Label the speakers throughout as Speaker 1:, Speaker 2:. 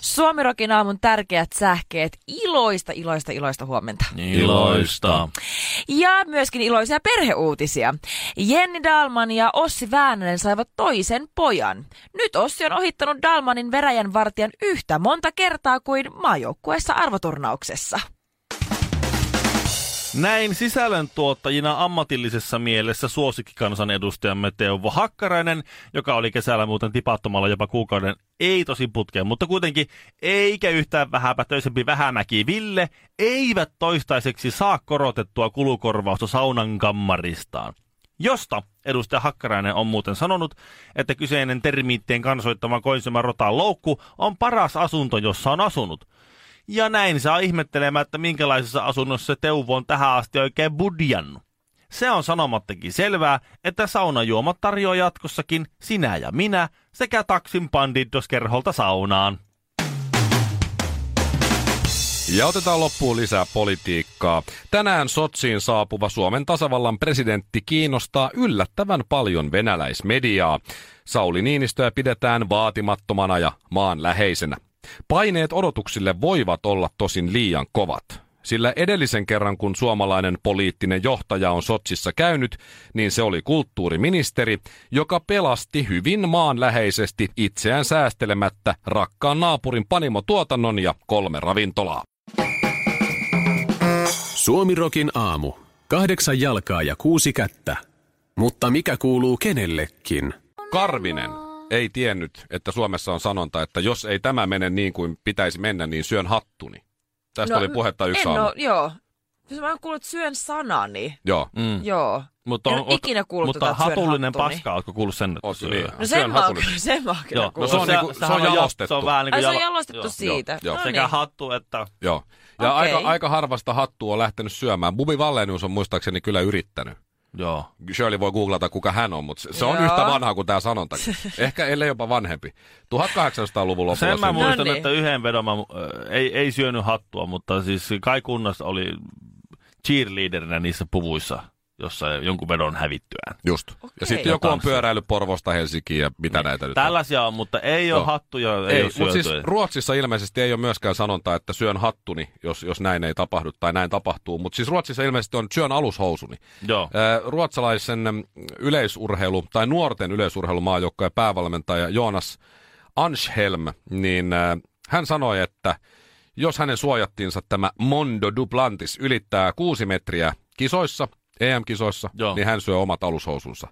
Speaker 1: Suomirokin aamun tärkeät sähkeet. Iloista, iloista, iloista huomenta.
Speaker 2: Iloista.
Speaker 1: Ja myöskin iloisia perheuutisia. Jenni Dalman ja Ossi Väänänen saivat toisen pojan. Nyt Ossi on ohittanut Dalmanin veräjän vartijan yhtä monta kertaa kuin maajoukkueessa arvoturnauksessa.
Speaker 2: Näin sisällöntuottajina ammatillisessa mielessä suosikkikansanedustajamme Teuvo Hakkarainen, joka oli kesällä muuten tipattomalla jopa kuukauden, ei tosi putkeen, mutta kuitenkin eikä yhtään vähäpätöisempi vähämäki Ville, eivät toistaiseksi saa korotettua kulukorvausta saunan kammaristaan. Josta edustaja Hakkarainen on muuten sanonut, että kyseinen termiittien kansoittama koinsema rotaan loukku on paras asunto, jossa on asunut. Ja näin saa ihmettelemään, että minkälaisessa asunnossa se Teuvo on tähän asti oikein budjannut. Se on sanomattakin selvää, että saunajuomat tarjoaa jatkossakin sinä ja minä sekä taksin pandidoskerholta saunaan.
Speaker 3: Ja otetaan loppuun lisää politiikkaa. Tänään Sotsiin saapuva Suomen tasavallan presidentti kiinnostaa yllättävän paljon venäläismediaa. Sauli Niinistöä pidetään vaatimattomana ja maan läheisenä. Paineet odotuksille voivat olla tosin liian kovat. Sillä edellisen kerran, kun suomalainen poliittinen johtaja on Sotsissa käynyt, niin se oli kulttuuriministeri, joka pelasti hyvin maanläheisesti itseään säästelemättä rakkaan naapurin panimotuotannon ja kolme ravintolaa.
Speaker 4: Suomirokin aamu. Kahdeksan jalkaa ja kuusi kättä. Mutta mikä kuuluu kenellekin?
Speaker 3: Karvinen ei tiennyt, että Suomessa on sanonta, että jos ei tämä mene niin kuin pitäisi mennä, niin syön hattuni. Tästä oli puhetta yksi
Speaker 1: No, en
Speaker 3: aamu.
Speaker 1: oo- joo. Mä oon kuullut syön sanani.
Speaker 3: Joo.
Speaker 2: Mm.
Speaker 1: Joo.
Speaker 2: Mutta
Speaker 1: en ole ikinä kuullut
Speaker 2: Mutta
Speaker 1: tätä, että syön
Speaker 2: hatullinen
Speaker 1: hattuni.
Speaker 2: paska, ootko kuullut sen?
Speaker 3: Oot, niin.
Speaker 1: No
Speaker 3: Syön
Speaker 1: sen mä oon,
Speaker 3: hatullinen.
Speaker 1: kyllä- sen mä oon kyllä
Speaker 2: Joo,
Speaker 3: no
Speaker 1: kuullut.
Speaker 3: se on
Speaker 2: sehän-
Speaker 3: niinku- se
Speaker 2: sehän
Speaker 3: on
Speaker 2: jo- Se
Speaker 3: jalostettu.
Speaker 2: on vähän niin
Speaker 1: Ai
Speaker 2: kuin
Speaker 1: se on jalostettu siitä.
Speaker 3: joo.
Speaker 1: No
Speaker 2: Sekä
Speaker 1: niin.
Speaker 2: hattu että...
Speaker 3: Joo. Ja
Speaker 1: Okei.
Speaker 3: aika, aika harvasta hattua on lähtenyt syömään. Bubi Vallenius on muistaakseni kyllä yrittänyt.
Speaker 2: Joo.
Speaker 3: Shirley voi googlata, kuka hän on, mutta se, se on
Speaker 1: Joo.
Speaker 3: yhtä vanha kuin tämä sanonta. Ehkä ellei jopa vanhempi. 1800-luvun lopulla
Speaker 2: Sen mä
Speaker 3: syntynyt.
Speaker 2: muistan,
Speaker 1: No niin.
Speaker 2: että yhden vedon mä, äh, ei, ei syönyt hattua, mutta siis Kai Kunnas oli cheerleaderinä niissä puvuissa, jossa jonkun vedon hävittyään.
Speaker 3: Just. Ja
Speaker 1: Okei.
Speaker 3: sitten joku on
Speaker 2: Tanssi.
Speaker 3: pyöräillyt Porvosta Helsinkiin ja
Speaker 2: Niin.
Speaker 3: mitä näitä nyt on.
Speaker 2: Tällaisia on, mutta ei ole
Speaker 3: Joo.
Speaker 2: hattuja, ei,
Speaker 3: Ei,
Speaker 2: ei ole
Speaker 3: mutta
Speaker 2: syöty.
Speaker 3: siis Ruotsissa ilmeisesti ei ole myöskään sanontaa, että syön hattuni, jos, jos näin ei tapahdu tai näin tapahtuu. Mutta siis Ruotsissa ilmeisesti on syön alushousuni.
Speaker 2: Joo.
Speaker 3: Ö, Ruotsalaisen mm, yleisurheilu tai nuorten yleisurheilumaajoukkojen päävalmentaja Joonas Anshelm, niin ö, hän sanoi, että jos hänen suojattiinsa tämä Mondo Duplantis ylittää kuusi metriä kisoissa, EM-kisoissa,
Speaker 2: Joo.
Speaker 3: niin hän syö omat alushousunsa.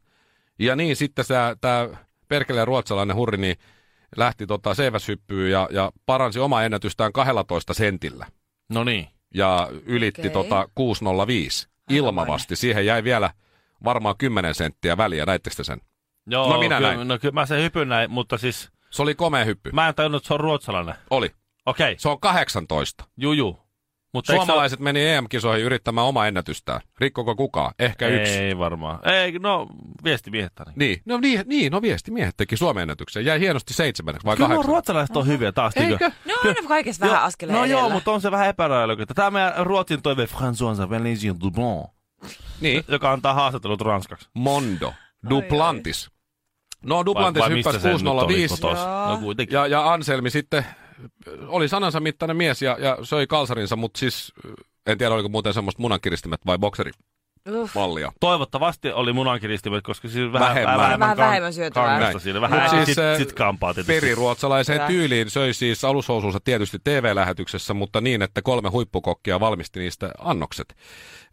Speaker 3: Ja niin sitten tämä perkeleen ruotsalainen hurri niin lähti tota seiväshyppyyn ja, ja paransi omaa ennätystään 12 sentillä
Speaker 2: No niin.
Speaker 3: ja ylitti
Speaker 1: Okei.
Speaker 3: okay. tota 605 ilmavasti. Siihen jäi vielä varmaan 10 senttiä väliä, näittekö te sen?
Speaker 2: Joo,
Speaker 3: No minä
Speaker 2: kyllä,
Speaker 3: näin.
Speaker 2: No kyllä mä sen hypyn näin, mutta siis
Speaker 3: Se oli komea hyppy. Mä...
Speaker 2: mä en tajunnut, että se on ruotsalainen.
Speaker 3: Oli.
Speaker 2: Okei, okay.
Speaker 3: Se on 18.
Speaker 2: juju. Mutta eikö se ole-
Speaker 3: Suomalaiset meni EM-kisoihin yrittämään omaa ennätystään. Rikkoko kukaan? Ehkä yksi.
Speaker 2: Ei varmaan. Ei, no viesti miehettä. Niin.
Speaker 3: Niin. No, niin, niin, no viestimiehet teki Suomen ennätyksen. Jäi hienosti seitsemänneksi vai
Speaker 2: Kyllä nuo
Speaker 3: kahdeksan.
Speaker 2: ruotsalaiset on hyviä taas. tiiäkö?
Speaker 3: Eikö?
Speaker 1: Ne on No aina kaikessa vähän askeleen
Speaker 2: No joo,
Speaker 1: edellä.
Speaker 2: mutta on se vähän epäräilykätä. Tämä meidän ruotsin toive François Valensin Dublon,
Speaker 3: Niin.
Speaker 2: joka antaa haastattelut ranskaksi.
Speaker 3: Mondo. Duplantis. No Duplantis
Speaker 2: Vai- vai mistä
Speaker 3: hyppäsi
Speaker 2: se nyt oli,
Speaker 3: 605
Speaker 2: kun tos-
Speaker 1: Joo.
Speaker 2: No kuitenkin.
Speaker 3: Ja, ja Anselmi sitten oli sanansa mittainen mies ja, ja söi kalsarinsa, mutta siis en tiedä oliko muuten semmoista munankiristimet vai bokserimallia.
Speaker 1: Uff.
Speaker 2: Toivottavasti oli munankiristimet, koska siis vähän
Speaker 3: Vähemmän.
Speaker 2: vähemmän,
Speaker 1: Vähän
Speaker 2: kan-
Speaker 1: vähemmän syötävää.
Speaker 2: kangasta
Speaker 3: Näin.
Speaker 2: siinä.
Speaker 3: Mut
Speaker 2: Vähän
Speaker 3: siis,
Speaker 2: sit,
Speaker 3: äh,
Speaker 2: sit kampaa tietysti.
Speaker 3: Periruotsalaiseen
Speaker 1: Kyllä.
Speaker 3: tyyliin söi siis alushousunsa tietysti TV-lähetyksessä, mutta niin, että kolme huippukokkia valmisti niistä annokset.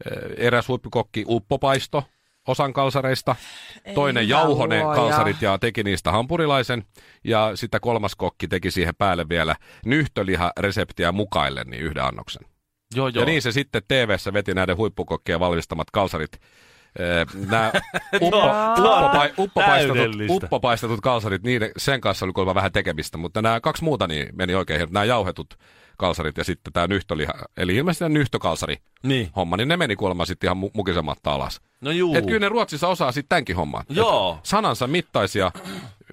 Speaker 3: Ö, Eräs huippukokki uppopaisto osan kalsareista, toinen
Speaker 1: hyvä
Speaker 3: jauhone
Speaker 1: luoja.
Speaker 3: kalsarit ja teki niistä hampurilaisen, ja sitten kolmas kokki teki siihen päälle vielä nyhtölihareseptiä mukaille niin yhden annoksen.
Speaker 2: Joo,
Speaker 3: niin Joo. Ja niin se sitten tv veti näiden huippukokkien valmistamat kalsarit nämä uppo,
Speaker 2: Tuo on
Speaker 3: uppopai- uppopaistetut,
Speaker 2: täydellistä.
Speaker 3: uppopaistetut kalsarit, niiden, sen kanssa oli kuulemma vähän tekemistä, mutta nämä kaksi muuta niin meni oikein hienosti. Nämä jauhetut kalsarit ja sitten tämä nyhtöliha, eli ilmeisesti tämä nyhtökalsari
Speaker 2: Niin.
Speaker 3: homma, niin ne meni kuulemma sitten ihan mu- mukisematta alas.
Speaker 2: No juu.
Speaker 3: Et kyllä ne Ruotsissa osaa sitten tämänkin homman. Et
Speaker 2: Joo.
Speaker 3: sanansa mittaisia,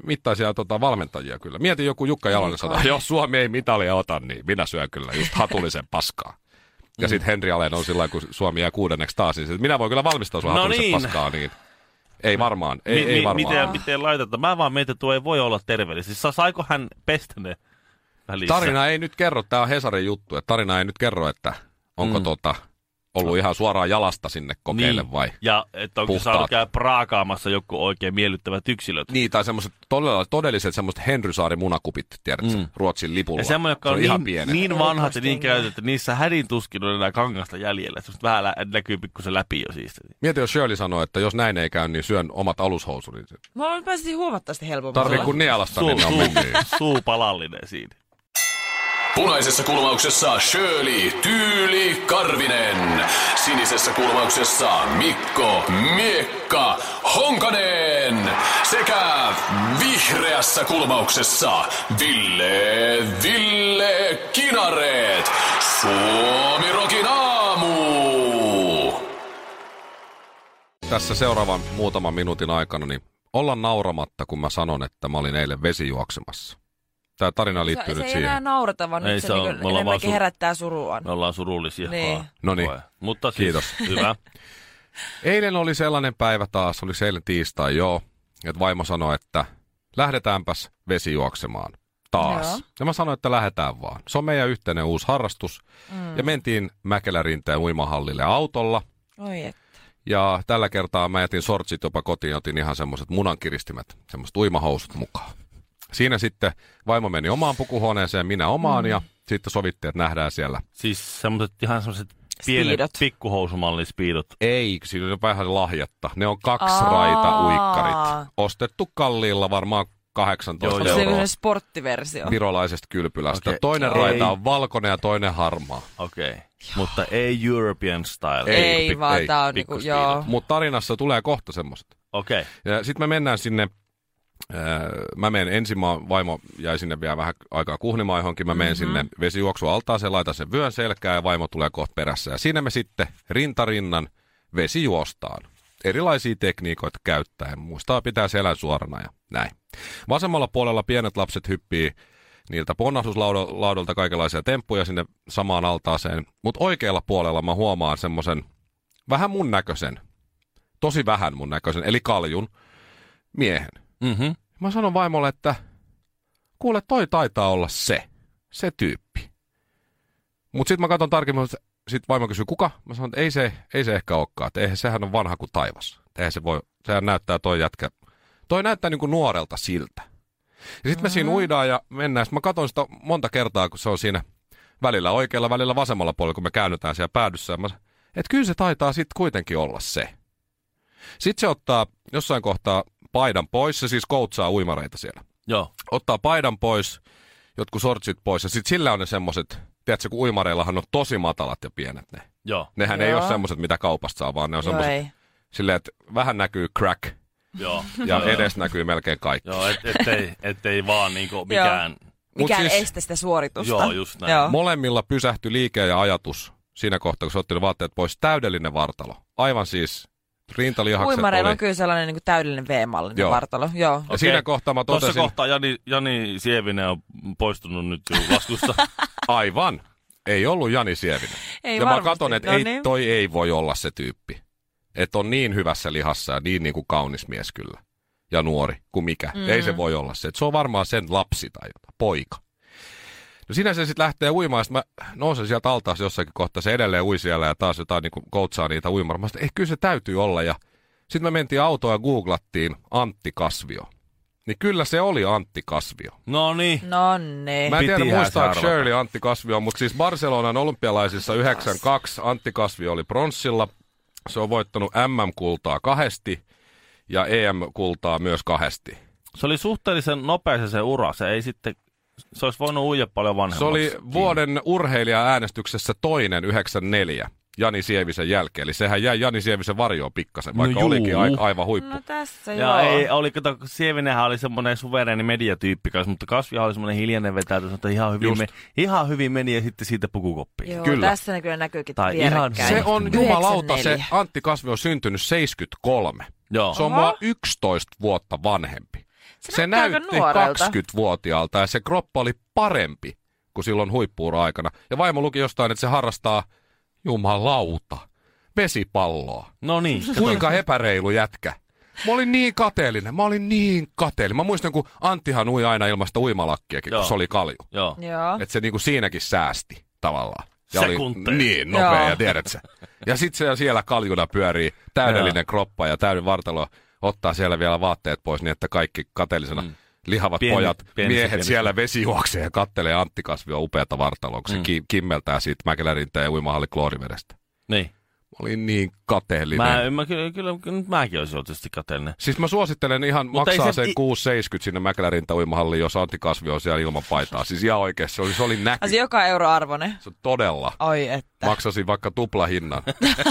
Speaker 3: mittaisia tota, valmentajia kyllä. Mieti joku Jukka Jalonen sanoi, jos Suomi ei mitalia ota, niin minä syön kyllä just hatullisen paskaa.
Speaker 2: Mm.
Speaker 3: Ja sitten Henri Alen on sillä lailla, kun Suomi jää kuudenneksi taas, niin se, että minä voin kyllä valmistaa sua
Speaker 2: No
Speaker 3: hatullisen
Speaker 2: niin.
Speaker 3: paskaa, niin ei varmaan, ei,
Speaker 2: mi-
Speaker 3: ei
Speaker 2: mi-
Speaker 3: varmaan.
Speaker 2: Miten, miten laitetta? Mä vaan mietin, että tuo ei voi olla terveellistä. Siis sa- saiko hän pestä ne välissä?
Speaker 3: Tarina ei nyt kerro, tämä on Hesarin juttu, että tarina ei nyt kerro, että onko mm. tota, ollut ihan suoraan jalasta sinne kokeille
Speaker 2: Niin.
Speaker 3: vai...
Speaker 2: Ja että onko
Speaker 3: Puhtaat.
Speaker 2: saanut käydä praakaamassa joku oikein miellyttävät yksilöt.
Speaker 3: Niin, tai semmoiset todella, todelliset semmoiset Henrysaari munakupit, tiedätkö,
Speaker 2: Mm.
Speaker 3: mm. Ruotsin lipulla.
Speaker 2: Ja semmoinen, joka
Speaker 3: se
Speaker 2: on,
Speaker 3: on
Speaker 2: niin,
Speaker 3: ihan pieni.
Speaker 2: niin vanhat ja niin käytetty, että niissä hädin tuskin on enää kangasta jäljellä. Semmosta vähän lä- näkyy pikkusen läpi jo siis. siitä.
Speaker 3: Mieti, jos Shirley sanoo, että jos näin ei käy, niin syön omat alushousuni.
Speaker 1: Mä pääsisin huomattavasti helpommalla.
Speaker 3: Tarvii kun nielasta, niin ne on mennyt.
Speaker 2: suu palallinen siinä.
Speaker 4: Punaisessa kulmauksessa Shirley Tyyli Karvinen. Sinisessä kulmauksessa Mikko Miekka Honkanen. Sekä vihreässä kulmauksessa Ville Ville Kinareet. Suomi Rokin aamu.
Speaker 3: Tässä seuraavan muutaman minuutin aikana, niin olla nauramatta, kun mä sanon, että mä olin eilen vesijuoksemassa. Tämä tarina
Speaker 1: Se,
Speaker 3: liittyy
Speaker 1: se
Speaker 3: nyt
Speaker 1: ei enää
Speaker 3: siihen.
Speaker 1: naurata, vaan
Speaker 2: Ei
Speaker 1: nyt se,
Speaker 2: se
Speaker 1: se
Speaker 2: on- me
Speaker 1: niin
Speaker 2: ollaan vaan No.
Speaker 1: enemmänkin
Speaker 2: su-
Speaker 1: herättää suruaan.
Speaker 2: Me ollaan surullisia.
Speaker 1: Niin.
Speaker 2: vaan.
Speaker 3: No niin.
Speaker 2: Voi. Mutta siis,
Speaker 3: Kiitos.
Speaker 2: Hyvä.
Speaker 3: Eilen oli sellainen päivä taas, oli se eilen tiistai, joo. Että vaimo sanoi, että lähdetäänpäs vesijuoksemaan taas.
Speaker 1: Joo.
Speaker 3: Joo. Ja mä sanoin, että lähdetään vaan. Se on meidän yhteinen uusi harrastus. Mm. Ja mentiin Mäkelärinteen uimahallille autolla.
Speaker 1: Oi et.
Speaker 3: Ja tällä kertaa mä jätin sortsit jopa kotiin, otin ihan semmoiset munankiristimet, semmoiset uimahousut mukaan. Siinä sitten vaimo meni omaan pukuhuoneeseen, minä omaan mm. ja sitten sovittiin, että nähdään siellä.
Speaker 2: Siis semmoset, ihan semmoset pienet
Speaker 1: Speedot.
Speaker 2: pikkuhousumallin speedot.
Speaker 3: Ei, siinä on vähän lahjatta. Ne on kaksi
Speaker 1: Aa.
Speaker 3: raita uikkarit. Ostettu kalliilla varmaan 18
Speaker 2: Joo,
Speaker 1: Onko
Speaker 2: joo.
Speaker 1: se
Speaker 3: euroa
Speaker 1: joku sporttiversio?
Speaker 3: virolaisesta kylpylästä.
Speaker 2: Okei.
Speaker 3: Okay. Toinen
Speaker 2: Ei.
Speaker 3: raita on valkoinen ja toinen harmaa.
Speaker 2: Okei. Okay. Mutta ei European style.
Speaker 1: Ei,
Speaker 3: Ei,
Speaker 1: ei
Speaker 3: pik-
Speaker 1: vaan
Speaker 3: ei,
Speaker 1: tää on niinku,
Speaker 2: pikkuspiidot.
Speaker 1: joo.
Speaker 3: Mutta tarinassa tulee kohta semmoiset.
Speaker 2: Okei. Okay.
Speaker 3: Ja sitten me mennään sinne, ää, mä menen ensin, mä, vaimo jäi sinne vielä vähän aikaa kuhnimaan johonkin, mä menen mm-hmm. sinne vesijuoksualtaaseen, laitan sen vyön selkään ja vaimo tulee kohta perässä. Ja siinä me sitten rintarinnan vesi juostaan. Erilaisia tekniikoita käyttäen, muistaa pitää selän suorana ja näin. Vasemmalla puolella pienet lapset hyppii niiltä ponnahduslaudolta kaikenlaisia temppuja sinne samaan altaaseen, mutta oikealla puolella mä huomaan semmoisen vähän mun näköisen, tosi vähän mun näköisen, eli kaljun miehen.
Speaker 2: Mm-hmm.
Speaker 3: Mä sanon vaimolle, että kuule, toi taitaa olla se, se tyyppi. Mut sit mä katson tarkemmin, että sit vaimo kysyy, kuka? Mä sanon, että ei se, ei se ehkä olekaan, että eihän, sehän on vanha kuin taivas. Että Eihän se voi, sehän näyttää toi jätkä, toi näyttää niinku nuorelta siltä. Ja sit me siinä uidaan ja mennään, sit mä katson sitä monta kertaa, kun se on siinä välillä oikealla, välillä vasemmalla puolella, kun me käännytään siellä päädyssä. Ja Mä, sanon, että kyllä se taitaa sit kuitenkin olla se. Sitten se ottaa jossain kohtaa paidan pois, se siis koutsaa uimareita siellä.
Speaker 2: Joo.
Speaker 3: Ottaa paidan pois, jotkut sortsit pois ja sitten sillä on ne semmoset, tiedätkö kun uimareillahan on tosi matalat ja pienet ne.
Speaker 2: Joo.
Speaker 3: Nehän Joo. ei
Speaker 1: Joo.
Speaker 3: ole semmoset, mitä kaupasta saa, vaan ne on
Speaker 1: Joo,
Speaker 3: semmoset
Speaker 1: ei.
Speaker 3: silleen, että vähän näkyy crack
Speaker 2: Joo.
Speaker 3: ja
Speaker 2: Joo, joo.
Speaker 3: edes näkyy melkein kaikki.
Speaker 2: Joo, et, ettei, ettei vaan niinku mikään...
Speaker 1: Mikään
Speaker 3: siis-
Speaker 1: siis, este sitä suoritusta.
Speaker 2: Joo, just näin.
Speaker 1: Joo.
Speaker 3: Molemmilla pysähtyi liike ja ajatus siinä kohtaa, kun se otti ne vaatteet pois. Täydellinen vartalo. Aivan siis rintalihakset
Speaker 1: Uimareilla
Speaker 3: oli.
Speaker 1: on kyllä sellainen niin täydellinen V-mallinen
Speaker 3: Joo.
Speaker 1: vartalo. Joo.
Speaker 3: Ja siinä
Speaker 2: Okei.
Speaker 3: kohtaa mä
Speaker 2: Tuossa
Speaker 3: totesin,
Speaker 2: kohtaa Jani, Jani Sievinen on poistunut nyt jo laskusta.
Speaker 3: aivan, ei ollut Jani Sievinen.
Speaker 1: Ei
Speaker 3: ja
Speaker 1: varmasti.
Speaker 3: mä katson, että
Speaker 1: No
Speaker 3: ei,
Speaker 1: niin.
Speaker 3: toi ei voi olla se tyyppi. Että on niin hyvässä lihassa ja niin, niin kuin kaunis mies kyllä. Ja nuori kuin mikä. Mm. Ei se voi olla se. Et se on varmaan sen lapsi tai jotain, poika. No siinä se sitten lähtee uimaan, ja sit mä nousen sieltä altaassa jossakin kohtaa, se edelleen ui siellä ja taas jotain niin kuin koutsaa niitä uimaan. Mä sanoin, että kyllä se täytyy olla. Ja sitten me mentiin autoon ja googlattiin Antti Kasvio. Niin kyllä se oli Antti Kasvio.
Speaker 2: No niin.
Speaker 1: No niin.
Speaker 3: Mä en tiedä
Speaker 2: Pitihän se
Speaker 3: muistaako
Speaker 2: arvata.
Speaker 3: Shirley Antti Kasvio, mutta siis Barcelonan olympialaisissa 92 Antti Kasvio oli pronssilla. Se on voittanut MM-kultaa kahdesti ja EM-kultaa myös kahdesti.
Speaker 2: Se oli suhteellisen nopea se, se ura. Se ei sitten... Se olisi voinut uida paljon
Speaker 3: Se
Speaker 2: vanhemmaksi.
Speaker 3: oli vuoden urheilija-äänestyksessä toinen 94. Jani Sievisen jälkeen. Eli sehän jäi Jani Sievisen varjoon pikkasen, vaikka
Speaker 2: No
Speaker 3: olikin
Speaker 2: juu.
Speaker 3: a- aivan huippu.
Speaker 1: No tässä joo.
Speaker 2: Ja ei, oli, kato, Sievinenhän oli semmoinen suvereeni mediatyyppi kanssa, mutta Kasvihan oli semmoinen hiljainen vetäytys, mutta ihan hyvin,
Speaker 3: Just.
Speaker 2: me, ihan hyvin meni ja sitten siitä pukukoppiin.
Speaker 1: Joo,
Speaker 3: Kyllä.
Speaker 1: tässä ne kyllä näkyykin
Speaker 2: Tai
Speaker 1: vierekkäin.
Speaker 2: ihan
Speaker 3: Se on jumalauta, se
Speaker 1: 94.
Speaker 3: Antti Kasvi on syntynyt 73.
Speaker 2: Joo.
Speaker 3: Se on
Speaker 1: Oho.
Speaker 3: mua 11 vuotta vanhempi.
Speaker 1: Se
Speaker 3: se
Speaker 1: näyttää aika
Speaker 3: näytti
Speaker 1: nuorelta.
Speaker 3: 20-vuotiaalta ja se kroppa oli parempi kuin silloin huippuura aikana. Ja vaimo luki jostain, että se harrastaa jumalauta, vesipalloa.
Speaker 2: No niin. kato.
Speaker 3: Kuinka epäreilu jätkä. Mä olin niin kateellinen, mä olin niin kateellinen. Mä muistan, kun Anttihan ui aina ilmasta uimalakkiakin, kun
Speaker 2: Joo.
Speaker 3: se oli kalju.
Speaker 2: Joo. niin.
Speaker 1: Joo.
Speaker 3: Että se niinku siinäkin säästi tavallaan.
Speaker 2: Sekunteja.
Speaker 3: niin, nopea,
Speaker 1: Joo.
Speaker 3: ja tiedät sä. Ja sit se siellä kaljuna pyörii täydellinen
Speaker 2: Joo.
Speaker 3: kroppa ja täyden vartalo ottaa siellä vielä vaatteet pois niin, että kaikki kateellisena mm. lihavat
Speaker 2: Pieni-
Speaker 3: pojat,
Speaker 2: pienissä-
Speaker 3: miehet
Speaker 2: pienissä.
Speaker 3: siellä vesi juoksee ja kattelee Antti Kasvio upeata vartaloa, kun mm. se ki- kimmeltää siitä Mäkelärintä ja uimahalli kloorivedestä.
Speaker 2: Niin.
Speaker 3: Mä olin niin kateellinen.
Speaker 2: Mä, mä, kyllä, kyllä, kyllä nyt mäkin olisin ollut tietysti kateellinen.
Speaker 3: Siis mä suosittelen ihan Mutta
Speaker 2: Mutta ei
Speaker 3: maksaa
Speaker 2: se-
Speaker 3: sen 6,70 sinne Mäkelärintä uimahalliin, jos Antti Kasvi on siellä ilman paitaa. Siis ihan oikeesti, se oli, se oli näky.
Speaker 1: Asi joka euro arvoinen.
Speaker 3: Se on todella.
Speaker 1: Ai että.
Speaker 3: Maksasin vaikka tuplahinnan.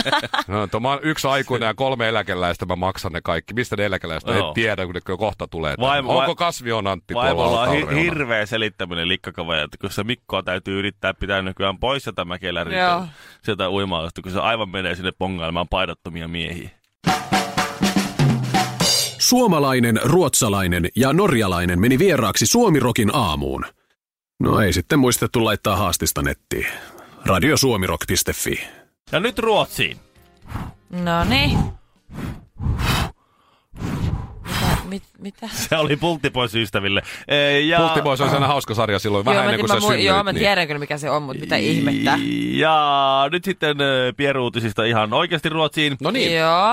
Speaker 3: no, to, mä oon yksi aikuinen ja kolme eläkeläistä, mä maksan ne kaikki. Mistä ne eläkeläiset? on? En
Speaker 2: Joo.
Speaker 3: tiedä, kun ne kyllä kohta tulee. tänne.
Speaker 2: Vaimo-
Speaker 3: Onko
Speaker 2: vai-
Speaker 3: kasvi on Antti
Speaker 2: Vaimolla
Speaker 3: tuolla
Speaker 2: on hi-
Speaker 3: altareunalla?
Speaker 2: hirveä selittäminen likkakaveja, että kun se Mikkoa täytyy yrittää pitää nykyään pois sieltä
Speaker 1: Joo.
Speaker 2: mäkeläriltä, sieltä uimaalasta, kun se aivan menee sinne pongailemaan paidattomia miehiä.
Speaker 4: Suomalainen, ruotsalainen ja norjalainen meni vieraaksi Suomirokin aamuun. No ei sitten muistettu laittaa haastista nettiin. Radiosuomirok.fi
Speaker 2: Ja nyt Ruotsiin.
Speaker 1: No niin. Mitä? Mit, mitä?
Speaker 2: Se oli pultti pois ystäville. Ee, Ja...
Speaker 3: Pultti Boys on aina hauska sarja silloin, vähän
Speaker 1: joo, mä,
Speaker 3: ennen
Speaker 1: niin
Speaker 3: kuin
Speaker 1: mä,
Speaker 3: sä
Speaker 1: mui-
Speaker 3: synnyit.
Speaker 1: joo, mä
Speaker 3: niin.
Speaker 1: tiedän kyllä mikä se on, mutta mitä ihmettä.
Speaker 2: Ja nyt sitten ö, pieruutisista ihan oikeasti Ruotsiin.
Speaker 3: No niin,
Speaker 1: Joo.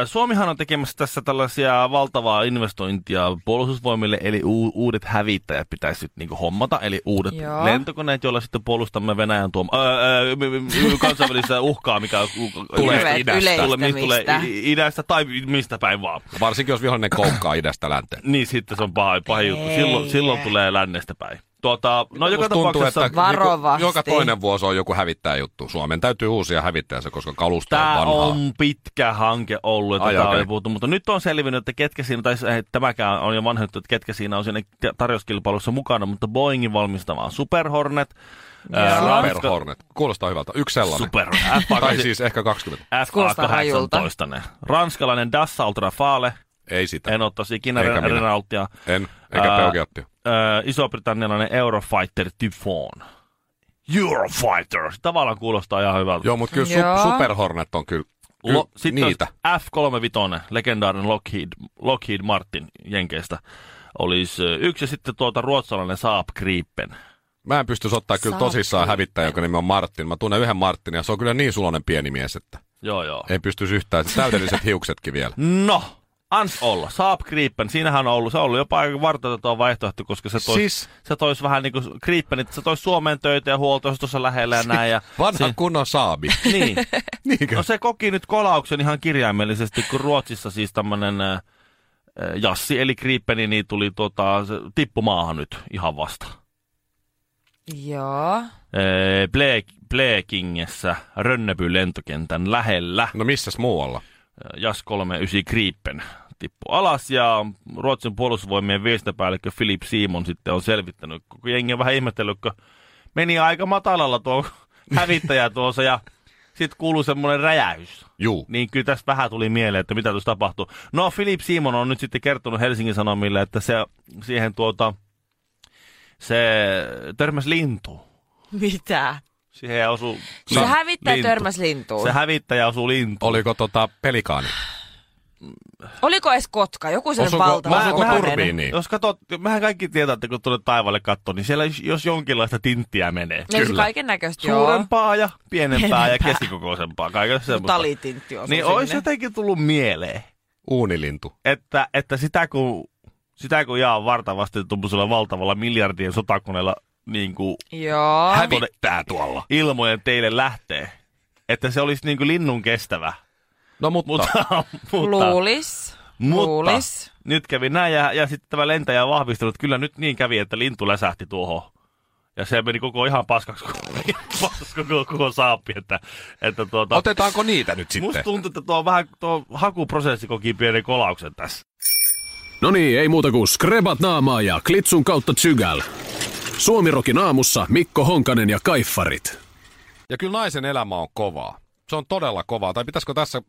Speaker 2: Ö, Suomihan on tekemässä tässä tällaisia valtavaa investointia puolustusvoimille, eli u- uudet hävittäjät pitäisi nyt niinku hommata, eli uudet
Speaker 1: Joo.
Speaker 2: Joo. lentokoneet, joilla sitten puolustamme Venäjän tuoma- ö, ö, m- m- kansainvälistä uhkaa, mikä u-
Speaker 3: Tulee
Speaker 2: yleistä-
Speaker 3: idästä.
Speaker 2: Tulee, mistä tulee
Speaker 1: yleistämistä.
Speaker 2: i- idästä tai mistä päin vaan.
Speaker 3: varsinkin jos vihollinen koukkaa idästä länteen.
Speaker 2: Niin sitten se on paha, paha juttu. Silloin,
Speaker 1: Ei.
Speaker 2: silloin tulee lännestä päin. Tuota, no joka
Speaker 3: Musta tuntuu,
Speaker 2: tapauksessa...
Speaker 3: että niinku
Speaker 1: Varovasti.
Speaker 3: joka toinen vuosi on joku hävittäjä juttu. Suomen täytyy uusia hävittäjänsä, koska kalusto on
Speaker 2: Tämä
Speaker 3: vanhaa.
Speaker 2: on pitkä hanke ollut, että
Speaker 3: Ai,
Speaker 2: tämä
Speaker 3: okei.
Speaker 2: on puhuttu, mutta nyt on selvinnyt, että ketkä siinä, tai ei, tämäkään on jo vanhennettu, että ketkä siinä on siinä tarjouskilpailussa mukana, mutta Boeingin valmistama Super Hornet, ää,
Speaker 1: Joo.
Speaker 2: Ranska-
Speaker 3: Super Hornet. Kuulostaa hyvältä. Yksi sellainen.
Speaker 2: Super
Speaker 3: Tai
Speaker 2: Hornet,
Speaker 3: siis ehkä 20.
Speaker 1: Kuulostaa rajulta.
Speaker 2: FA-18, ranskalainen Dassault Ultrafale,
Speaker 3: Ei sitä. En,
Speaker 2: en ottaisi ikinä
Speaker 3: Eikä
Speaker 2: Ren-
Speaker 3: minä.
Speaker 2: Renaultia,
Speaker 3: en eikä
Speaker 2: Ää,
Speaker 3: Peugeotia.
Speaker 2: Ää, iso-britannialainen Eurofighter Typhoon. Eurofighter, se tavallaan kuulostaa ihan hyvältä.
Speaker 3: Joo, mutta kyllä
Speaker 1: Joo.
Speaker 3: su- Super Hornet on kyllä, kyllä
Speaker 2: Lo, sitten niitä.
Speaker 3: niitä.
Speaker 2: F-35, legendaarinen Lockheed, Lockheed Martin Jenkeistä, olisi ö, yksi. Ja sitten tuota ruotsalainen Saab Gripen.
Speaker 3: Mä en pysty ottaa kyllä
Speaker 1: Saat
Speaker 3: tosissaan
Speaker 1: kyllä.
Speaker 3: hävittäjä, jonka nimi on Martin. Mä tunnen yhden Martin ja se on kyllä niin sulonen pieni mies, että
Speaker 2: Joo, joo.
Speaker 3: ei pystyisi yhtään. Täydelliset hiuksetkin vielä.
Speaker 2: No, ans olla. Saab Gripen, siinähän on ollut. Se on ollut jopa aika vartoitettava vaihtoehto, koska se toisi
Speaker 3: Siis-
Speaker 2: siis... se tois vähän niin kuin Gripenit, se toisi Suomeen töitä ja huolto, jos tuossa lähellä
Speaker 3: Siis-
Speaker 2: ja näin. Ja
Speaker 3: Vanha
Speaker 2: se,
Speaker 3: kunnon saabi.
Speaker 2: niin.
Speaker 3: Niinkö?
Speaker 2: No se koki nyt kolauksen ihan kirjaimellisesti, kun Ruotsissa siis tämmönen äh, Jassi eli Gripeni niin tuli tota, se tippu maahan nyt ihan vasta.
Speaker 1: Joo.
Speaker 2: Ee, Ble- Blekingessä Rönnebyn lentokentän lähellä.
Speaker 3: No missäs muualla?
Speaker 2: JAS 39 Gripen tippui alas ja Ruotsin puolustusvoimien viestintäpäällikkö Philip Simon sitten on selvittänyt. Koko jengi on vähän ihmetellyt, kun meni aika matalalla tuo hävittäjä tuossa ja sitten kuuluu semmoinen räjäys.
Speaker 3: Juu.
Speaker 2: Niin kyllä tässä vähän tuli mieleen, että mitä tuossa tapahtuu. No Philip Simon on nyt sitten kertonut Helsingin Sanomille, että se siihen tuota, se törmäsi lintuun.
Speaker 1: Mitä?
Speaker 2: Siihen osuu
Speaker 1: Se hävittäjä
Speaker 2: lintu.
Speaker 1: törmäs lintuun.
Speaker 2: Se hävittäjä osuu lintuun.
Speaker 3: Oliko tota pelikaani?
Speaker 1: Oliko edes kotka? Joku sen
Speaker 3: Osuuko-
Speaker 1: valtava
Speaker 3: osuuko
Speaker 1: kokoinen.
Speaker 3: turbiin? Niin.
Speaker 2: Jos katsot, mehän kaikki tietää, että kun tuonne taivaalle katsoo, niin siellä jos, jos jonkinlaista tinttiä menee.
Speaker 1: No siis
Speaker 3: Kyllä.
Speaker 1: kaiken näköistä, joo.
Speaker 2: Suurempaa ja pienempää ja
Speaker 1: Pienempää.
Speaker 2: keskikokoisempaa, kaikkea semmoista.
Speaker 1: Talitintti osui
Speaker 2: Niin
Speaker 1: sinne.
Speaker 2: olisi jotenkin tullut mieleen,
Speaker 3: Uunilintu.
Speaker 2: että, että sitä kun, sitä kun jaa vartavasti tuommoisella valtavalla miljardien sotakoneella niin kuin
Speaker 1: Joo.
Speaker 3: Hävittää tuolla.
Speaker 2: ilmojen teille lähtee, että se olisi niin kuin linnun kestävä.
Speaker 3: No mutta,
Speaker 2: Mutta, mutta,
Speaker 1: Luulis.
Speaker 2: mutta
Speaker 1: Luulis.
Speaker 2: nyt kävi näin ja, ja sitten tämä lentäjä on vahvistanut, että kyllä nyt niin kävi, että lintu läsähti tuohon. Ja se meni koko ihan paskaksi paskaksi koko, koko saappi. Että, että tuota,
Speaker 3: Otetaanko niitä nyt
Speaker 2: musta
Speaker 3: sitten?
Speaker 2: tuntuu, että tuo, on vähän, tuo hakuprosessi koki pienen kolauksen tässä.
Speaker 4: No niin, ei muuta kuin skrebat naamaa ja klitsun kautta tsygäl. Suomirokin aamussa Mikko Honkanen ja Kaiffarit.
Speaker 3: Ja kyllä naisen elämä on kovaa. Se on todella kovaa. Tai pitäisikö tässä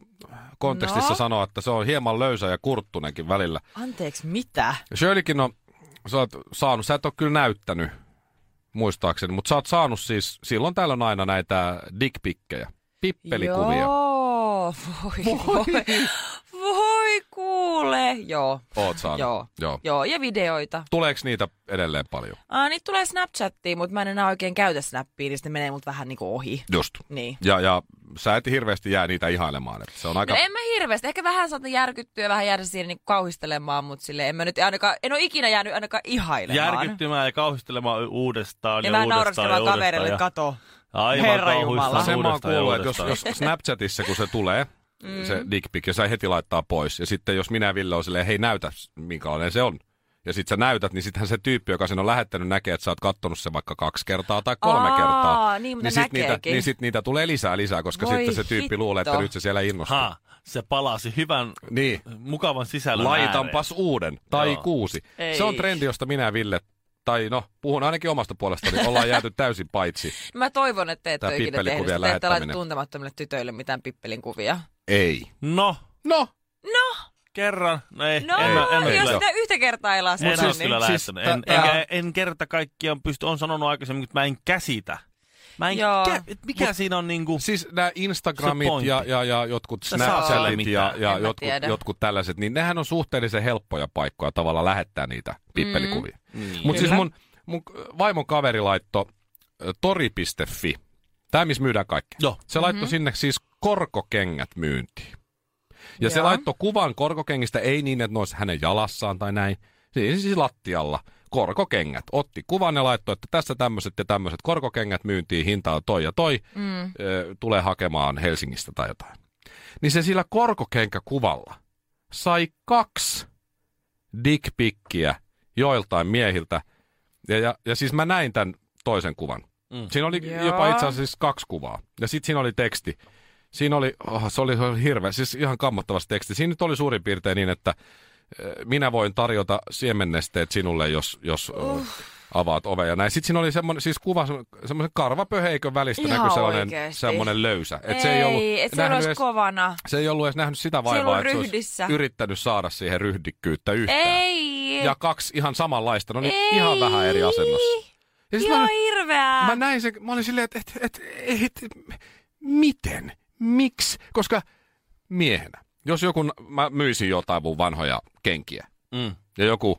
Speaker 3: kontekstissa
Speaker 1: No.
Speaker 3: sanoa, että se on hieman löysä ja kurttunenkin välillä.
Speaker 1: Anteeksi, mitä?
Speaker 3: Shirleykin on, sä oot saanut, sä et ole kyllä näyttänyt, muistaakseni, mutta sä oot saanut siis, silloin täällä on aina näitä dickpikkejä, pippelikuvia.
Speaker 1: Joo, voi, voi, voi kuule. Joo,
Speaker 3: Oot saanut.
Speaker 1: joo,
Speaker 3: Joo.
Speaker 1: joo, ja videoita.
Speaker 3: Tuleeko niitä edelleen paljon?
Speaker 1: Aa, niitä tulee Snapchattiin, mutta mä en enää oikein käytä Snappia, niin sitten menee mut vähän niinku ohi.
Speaker 3: Just.
Speaker 1: Niin.
Speaker 3: Ja, ja sä et hirveästi jää niitä ihailemaan. Että se on aika...
Speaker 1: No en mä hirveästi. Ehkä vähän saata järkyttyä ja vähän jäädä siihen niin kauhistelemaan, mutta sille en mä nyt ainakaan, en ole ikinä jäänyt ainakaan ihailemaan.
Speaker 2: Järkyttymään ja kauhistelemaan uudestaan ja,
Speaker 1: ja vähän
Speaker 2: uudestaan ja
Speaker 1: naureskelemaan
Speaker 2: uudestaan.
Speaker 1: kavereille,
Speaker 2: ja...
Speaker 1: kato.
Speaker 2: Aivan
Speaker 1: Herra
Speaker 2: kauhuissaan
Speaker 1: Jumala.
Speaker 3: Sen mä oon
Speaker 2: uudestaan ja
Speaker 3: kuullut, että jos,
Speaker 2: uudestaan.
Speaker 3: jos Snapchatissa kun se tulee, mm. se dick pic, ja sä heti laittaa pois. Ja sitten jos minä ja Ville on silleen, hei näytä minkälainen se on. Ja sit sä näytät, niin sittenhän se tyyppi, joka sen on lähettänyt, näkee, että sä oot kattonut sen vaikka kaksi kertaa tai kolme
Speaker 1: Aa,
Speaker 3: kertaa.
Speaker 1: niin, mutta
Speaker 3: niin, sit niitä,
Speaker 1: näkeekin.
Speaker 3: niin sit niitä tulee lisää lisää, koska
Speaker 1: Voi
Speaker 3: sitten se tyyppi
Speaker 1: hitto.
Speaker 3: luulee, että nyt se siellä innostuu.
Speaker 2: Ha, se palasi hyvän,
Speaker 3: Niin,
Speaker 2: mukavan sisällön ääreen.
Speaker 3: laitanpas uuden tai
Speaker 2: Joo.
Speaker 3: kuusi.
Speaker 1: Ei.
Speaker 3: Se on trendi, josta minä ja Ville, tai no, puhun ainakin omasta puolestani, ollaan jääty täysin paitsi.
Speaker 1: Mä toivon, että te ette
Speaker 3: Tää
Speaker 1: ole ikinä tehnyt sitä,
Speaker 3: pippelikuvien
Speaker 1: että laita
Speaker 3: lähettäminen.
Speaker 1: tuntemattomille tytöille mitään pippelin kuvia.
Speaker 3: Ei.
Speaker 2: No,
Speaker 3: No,
Speaker 2: kerran. No ei,
Speaker 1: No,
Speaker 2: en, mä- en, mä
Speaker 1: jos
Speaker 2: kyllä.
Speaker 1: sitä yhtä kertaa ei niin-
Speaker 2: En
Speaker 1: lasketa,
Speaker 2: ole
Speaker 3: siis-
Speaker 2: kyllä
Speaker 3: siis
Speaker 2: lähettänyt. En,
Speaker 3: tää-
Speaker 2: enkä, en kerta kaikkiaan pysty, on sanonut aikaisemmin, että mä en käsitä. Mä en
Speaker 1: Joo.
Speaker 2: kä- et mikä siinä on niinku...
Speaker 3: Siis nämä
Speaker 2: Se
Speaker 3: Instagramit
Speaker 2: pointti.
Speaker 3: ja, ja, ja jotkut
Speaker 2: Sä saat sille
Speaker 3: Snapchatit ja,
Speaker 2: mitään.
Speaker 3: ja
Speaker 1: En mä
Speaker 3: jotkut,
Speaker 1: tiedä.
Speaker 3: jotkut tällaiset, niin nehän on suhteellisen helppoja paikkoja tavalla lähettää niitä pippelikuvia. Mm.
Speaker 2: Niin.
Speaker 3: Mutta siis
Speaker 1: Kyllä.
Speaker 3: mun, mun vaimon kaveri laittoi ö, tori.fi, tämä missä myydään kaikki.
Speaker 2: Joo.
Speaker 3: Se laittoi mm-hmm. sinne siis korkokengät myyntiin. Ja se
Speaker 1: Joo.
Speaker 3: laittoi kuvan korkokengistä, ei niin, että ne olisi hänen jalassaan tai näin. Siis, siis lattialla korkokengät. Otti kuvan ja laittoi, että tässä tämmöiset ja tämmöiset korkokengät myyntiin, hinta on toi ja toi. Mm. Ö, tulee hakemaan Helsingistä tai jotain. Niin se sillä korkokenkäkuvalla sai kaksi dickpikkiä joiltain miehiltä. Ja, ja, ja siis mä näin tämän toisen kuvan. Mm. Siinä oli
Speaker 1: Joo.
Speaker 3: Joo. jopa itse asiassa siis kaksi kuvaa. Ja sitten siinä oli teksti. Siinä oli, oh, se oli, se oli hirveä, siis ihan kammottavasti teksti. Siinä nyt oli suurin piirtein niin, että eh, minä voin tarjota siemennesteet sinulle, jos, jos
Speaker 1: Oh.
Speaker 3: uh. avaat oven ja näin. Sitten siinä oli semmoinen, siis kuva semmo- semmoisen karvapöheikön välistä
Speaker 1: Ihan
Speaker 3: näkyi sellainen,
Speaker 1: oikeesti.
Speaker 3: semmoinen löysä. Et
Speaker 1: ei,
Speaker 3: se ei ollut,
Speaker 1: et se
Speaker 3: nähnyt
Speaker 1: olisi
Speaker 3: edes-
Speaker 1: kovana.
Speaker 3: se ei ollut edes nähnyt sitä
Speaker 1: ei
Speaker 3: vaivaa,
Speaker 1: ollut
Speaker 3: että se olisi
Speaker 1: ryhdissä.
Speaker 3: yrittänyt saada siihen ryhdikkyyttä yhtään.
Speaker 1: Ei,
Speaker 3: Ja kaksi ihan samanlaista, no niin
Speaker 1: Ei.
Speaker 3: ihan vähän eri asennossa. Ja sit
Speaker 1: ihan
Speaker 3: mä,
Speaker 1: hirveää.
Speaker 3: mä näin sen, mä olin silleen, että et, et, et, miten, miksi, koska miehenä, jos joku, mä myisin jotain mun vanhoja kenkiä
Speaker 2: Mm.
Speaker 3: ja joku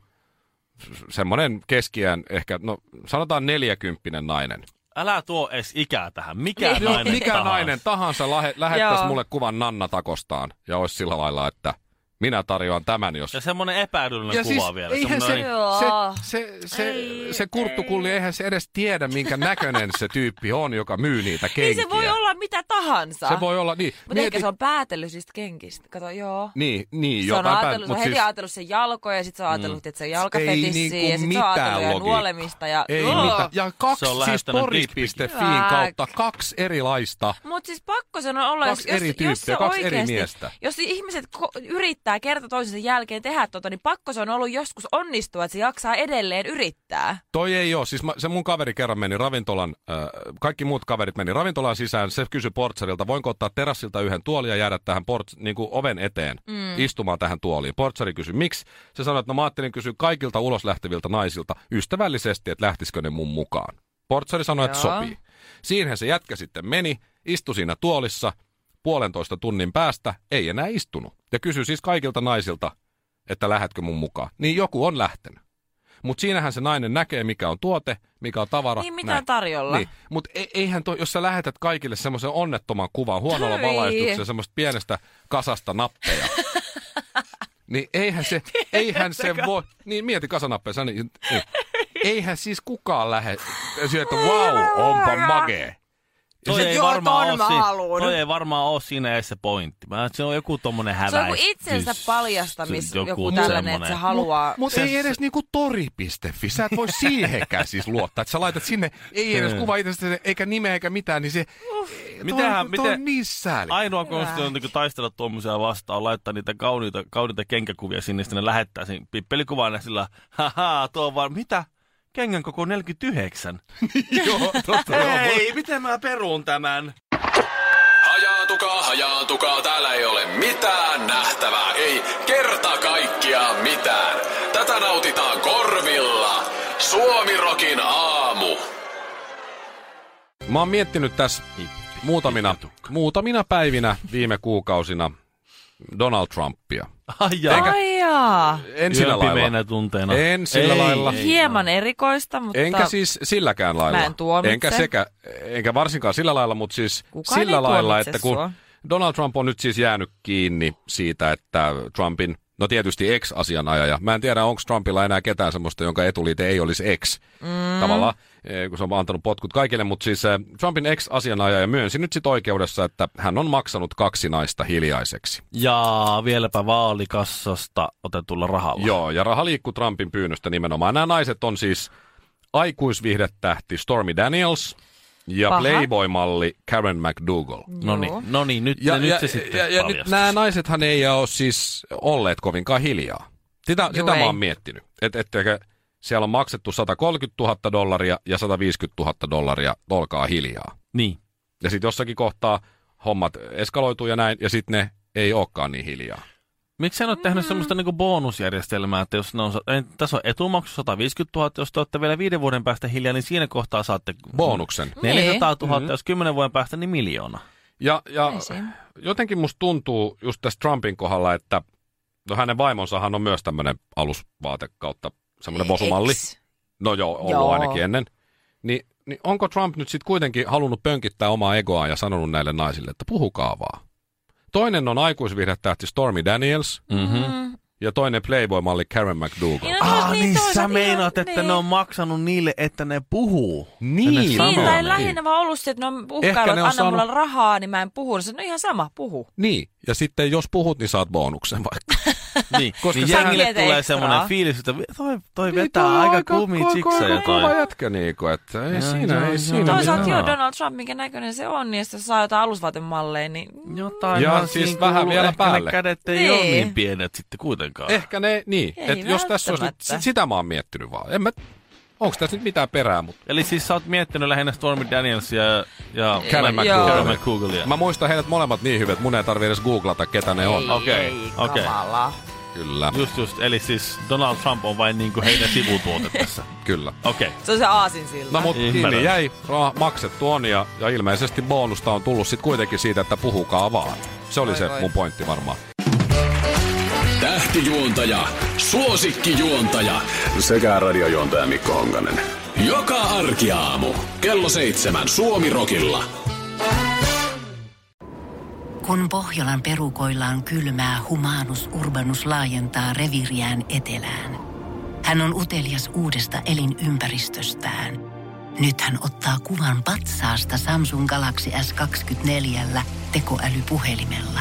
Speaker 3: s- semmonen keskiään ehkä, no sanotaan neljäkymppinen nainen. Älä
Speaker 2: tuo edes ikää tähän. Mikä
Speaker 3: Joo,
Speaker 2: nainen
Speaker 3: Niin, mikä
Speaker 2: tahansa.
Speaker 3: nainen tahansa lähe, lähettäisi
Speaker 1: Joo.
Speaker 3: mulle kuvan Nanna takostaan ja olisi sillä lailla, että minä tarjoan tämän, jos...
Speaker 2: Ja semmonen epäilyllinen
Speaker 3: Ja siis
Speaker 2: kuva vielä.
Speaker 3: eihän se,
Speaker 2: semmonen-
Speaker 3: se, se, se, se kurttukulli, eihän se edes tiedä, minkä näköinen se tyyppi on, joka myy niitä kenkiä.
Speaker 1: niin se voi olla mitä tahansa.
Speaker 3: Se voi olla, niin.
Speaker 1: Mutta ehkä se on päätellyt niistä kenkistä. Kato, joo.
Speaker 3: Niin, niin
Speaker 1: se on,
Speaker 3: jotain
Speaker 1: ajatellut, se on
Speaker 3: mut
Speaker 1: heti
Speaker 3: siis- Mm.
Speaker 1: ajatellut sen jalkoja ja sitten se on ajatellut, että se
Speaker 3: ei
Speaker 1: jalkafetissiä
Speaker 3: niinku
Speaker 1: ja sitten se on
Speaker 3: mitään
Speaker 1: ajatellut ja
Speaker 3: logiikkaa.
Speaker 1: nuolemista. Ja,
Speaker 3: Ei
Speaker 1: Joo.
Speaker 3: mitään. Ja kaksi
Speaker 2: Se on
Speaker 3: siis
Speaker 2: lähettänyt
Speaker 3: tori.fiin
Speaker 1: dickpicin.
Speaker 3: kautta kaksi erilaista.
Speaker 1: Mutta siis pakko sen on olla,
Speaker 3: Kaksi
Speaker 1: jos,
Speaker 3: eri
Speaker 1: jos,
Speaker 3: tyyppiä,
Speaker 1: jos se
Speaker 3: kaksi eri
Speaker 1: oikeasti,
Speaker 3: miestä.
Speaker 1: jos ihmiset ko- yrittää kerta toisensa jälkeen tehdä tota, niin pakko se on ollut joskus onnistua, että se jaksaa edelleen yrittää.
Speaker 3: Toi ei ole. Siis mä, se mun kaveri kerran meni ravintolan, äh, kaikki muut kaverit meni ravintolan sisään. Se kysyi portsarilta, voinko ottaa terassilta yhden tuolin ja jäädä tähän ports, niin kuin oven eteen mm. istumaan tähän tuoliin. Portsari kysyi, miksi? Se sanoi, että no mä ajattelin kysyä kaikilta ulos lähteviltä naisilta ystävällisesti, että lähtisikö ne mun mukaan. Portsari sanoi, että
Speaker 1: Joo.
Speaker 3: sopii. Siihen se jätkä sitten meni, istui siinä tuolissa puolentoista tunnin päästä, ei enää istunut. Ja kysyi siis kaikilta naisilta, että lähdetkö mun mukaan. Niin joku on lähtenyt. Mutta siinähän se nainen näkee, mikä on tuote, mikä on tavara.
Speaker 1: Niin mitä tarjolla.
Speaker 3: Niin. Mutta e- eihän toi, jos sä lähetät kaikille semmoisen onnettoman kuvan, huonolla
Speaker 1: Ei.
Speaker 3: valaistuksella, semmoista pienestä kasasta nappeja. niin eihän se, eihän se voi, niin mieti kasanappeja, sä niin, niin. eihän siis kukaan lähde, sieltä, että wow, onpa magee.
Speaker 2: Toi
Speaker 1: Sit
Speaker 2: ei,
Speaker 1: joo,
Speaker 2: varmaan
Speaker 1: ton
Speaker 2: oo
Speaker 1: mä
Speaker 2: si-
Speaker 1: haluun.
Speaker 2: toi ei varmaan ole siinä edes se pointti. Mä, se on joku tommonen häväis.
Speaker 1: Se on joku itsensä paljastamis,
Speaker 2: se-
Speaker 1: joku, joku tällainen, että se haluaa...
Speaker 5: Mutta ei edes niinku tori.fi. Sä et voi siihenkään siis luottaa. Että sä laitat sinne, ei edes kuva itsestäsi, eikä nimeä eikä mitään, niin se...
Speaker 2: Hmm. Mitähän-
Speaker 5: Mitähän, toi, toi
Speaker 2: miten-
Speaker 5: on niin sääli.
Speaker 2: Ainoa konsti on niin taistella tuommoisia vastaan, on laittaa niitä kauniita, kauniita kenkäkuvia sinne, sitten ne lähettää sen pippelikuvan ja sillä, haha, tuo on vaan, mitä? Kengän koko on 49.
Speaker 5: Joo, totta.
Speaker 2: Hei, miten mä peruun tämän?
Speaker 4: Hajaatukaa, hajaatukaa, täällä ei ole mitään nähtävää, ei kerta kaikkiaan mitään. Tätä nautitaan korvilla. Suomirokin aamu.
Speaker 3: Mä oon miettinyt tässä muutamina, muutamina päivinä viime kuukausina Donald Trumpia.
Speaker 2: Ai jaa.
Speaker 1: Ai jaa.
Speaker 3: En sillä lailla.
Speaker 2: Yöpimeinä tunteena.
Speaker 3: En sillä
Speaker 2: Ei,
Speaker 3: lailla.
Speaker 2: ei.
Speaker 1: Hieman erikoista, mutta...
Speaker 3: Enkä siis silläkään lailla.
Speaker 1: Mä en tuomitse.
Speaker 3: Enkä, sekä, enkä varsinkaan sillä lailla, mutta siis
Speaker 1: Kukaan ei
Speaker 3: sillä lailla,
Speaker 1: tuomitse
Speaker 3: että kun
Speaker 1: sua.
Speaker 3: Donald Trump on nyt siis jäänyt kiinni siitä, että Trumpin, no tietysti ex-asianajaja, mä en tiedä onko Trumpilla enää ketään semmoista, jonka etuliite ei olisi ex, mm. tavallaan, eh, kun se on vaan antanut potkut kaikille, mutta siis eh, Trumpin ex-asianajaja myönsi nyt sitten oikeudessa, että hän on maksanut kaksi naista hiljaiseksi.
Speaker 2: Jaa, vieläpä vaalikassasta otetulla rahalla.
Speaker 3: Joo, ja raha liikkuu Trumpin pyynnöstä nimenomaan. Nämä naiset on siis aikuisviihdetähti Stormy Daniels ja
Speaker 1: Paha.
Speaker 3: Playboy-malli Karen McDougal.
Speaker 2: No niin, no niin, nyt, ja, nyt se sitten
Speaker 3: ja, ja nyt
Speaker 2: paljastus.
Speaker 3: nämä naisethan ei ole siis olleet kovinkaan hiljaa. Sitä,
Speaker 1: Juu,
Speaker 3: sitä
Speaker 1: ei.
Speaker 3: mä oon miettinyt. Et, etteikö siellä on maksettu 130 000 dollaria ja 150 000 dollaria, olkaa hiljaa.
Speaker 2: Niin.
Speaker 3: Ja sitten jossakin kohtaa hommat eskaloituu ja näin, ja sitten ne ei olekaan niin hiljaa.
Speaker 2: Miksi sä en ole
Speaker 1: Mm.
Speaker 2: tehnyt semmoista niinku bonusjärjestelmää, että jos ne on, sa- ei, tässä on etumaksu 150 000, jos te olette vielä viiden vuoden päästä hiljaa, niin siinä kohtaa saatte
Speaker 3: Bonuksen. Mm.
Speaker 2: 400 000, mm-hmm. jos kymmenen vuoden päästä, niin miljoona.
Speaker 1: No,
Speaker 3: Ja, ja
Speaker 1: Ei siinä.
Speaker 3: jotenkin musta tuntuu just tässä Trumpin kohdalla, että no hänen vaimonsahan on myös tämmöinen alusvaate kautta semmoinen vosumalli.
Speaker 1: Eks.
Speaker 3: No joo, ollut
Speaker 1: Joo.
Speaker 3: joo. ainakin ennen. Ni, niin onko Trump nyt sitten kuitenkin halunnut pönkittää omaa egoaan ja sanonut näille naisille, että puhukaa vaan. Toinen on aikuisvihdetähti Stormy Daniels
Speaker 2: Mm-hmm.
Speaker 1: Mm.
Speaker 3: ja toinen Playboy-malli Karen McDougal.
Speaker 1: Niin, no, ne olisi toisaalta
Speaker 2: Ah, sä
Speaker 1: ihan-
Speaker 2: meinaat, että
Speaker 1: niin.
Speaker 2: ne on maksanut niille, että ne puhuu.
Speaker 3: Niin,
Speaker 2: Sama
Speaker 1: Niin,
Speaker 2: on,
Speaker 1: tai
Speaker 2: niin.
Speaker 1: lähinnä vaan ollut se, että ne on
Speaker 3: Ehkä
Speaker 1: uhkailu, että
Speaker 3: ne on
Speaker 1: anna
Speaker 3: saanut-
Speaker 1: mulle rahaa, niin mä en puhu. Se, no ihan sama, puhu.
Speaker 3: niin, ja sitten jos puhut, niin saat bonuksen vaikka.
Speaker 2: Niin,
Speaker 3: Koska
Speaker 2: koska niin
Speaker 3: sä
Speaker 2: jengille
Speaker 1: tiedät
Speaker 2: tulee
Speaker 1: ekstraa.
Speaker 2: semmoinen fiilis, että vi- toi, toi vetää niin, aika kumia chiksa jotain.
Speaker 3: Kova jätkä, Niiko, että ei
Speaker 2: Joo,
Speaker 3: siinä,
Speaker 2: joo,
Speaker 3: ei
Speaker 2: joo.
Speaker 3: siinä
Speaker 1: Toisaalta
Speaker 3: mitään.
Speaker 1: joo, Donald Trump, minkä näköinen se on, niin jos se saa jotain alusvaatemalleja, niin...
Speaker 2: Jotain
Speaker 3: Ja
Speaker 2: vaan
Speaker 3: siis
Speaker 2: siinä
Speaker 3: vähän
Speaker 2: kuuluu.
Speaker 3: vielä
Speaker 2: Ehkä
Speaker 3: päälle.
Speaker 2: ne kädet ei niin. ole
Speaker 1: Niin.
Speaker 2: niin pienet sitten kuitenkaan.
Speaker 3: Ehkä ne, niin.
Speaker 1: Ei
Speaker 3: Et jos tässä olisi nyt,
Speaker 1: välttämättä.
Speaker 3: sit- sitä mä oon miettinyt vaan. En mä, onko tässä nyt mitään perää, mutta
Speaker 2: Eli siis sä oot miettinyt lähinnä Stormy Danielsia ja, ja
Speaker 3: Karen
Speaker 2: Mac-
Speaker 1: joo.
Speaker 2: Karen McCougalia.
Speaker 3: mä muistan heidät molemmat niin hyvät, mun ei tarvi edes googlata, ketä ne on.
Speaker 2: Okei,
Speaker 1: Ei,
Speaker 2: okei.
Speaker 1: kamala.
Speaker 3: Kyllä,
Speaker 2: Just just, eli siis Donald Trump on vain niinku heidän sivutuote tässä.
Speaker 3: kyllä.
Speaker 2: Okei. Okay.
Speaker 1: Se on se aasinsilta.
Speaker 3: No mut
Speaker 2: Ymmärrän.
Speaker 3: kiinni jäi, Ra- maksettu on ja, ja ilmeisesti bonusta on tullut sit kuitenkin siitä, että puhukaa vaan. Se oli se mun pointti varmaan.
Speaker 6: Tähtijuontaja, suosikkijuontaja.
Speaker 4: Sekä radiojuontaja Mikko Honkanen.
Speaker 6: Joka arkiaamu, kello seitsemän Suomirokilla.
Speaker 7: Kun Pohjolan perukoillaan kylmää, humanus urbanus laajentaa reviriään etelään. Hän on utelias uudesta elinympäristöstään. Nyt hän ottaa kuvan patsaasta Samsung Galaxy S24 tekoälypuhelimella.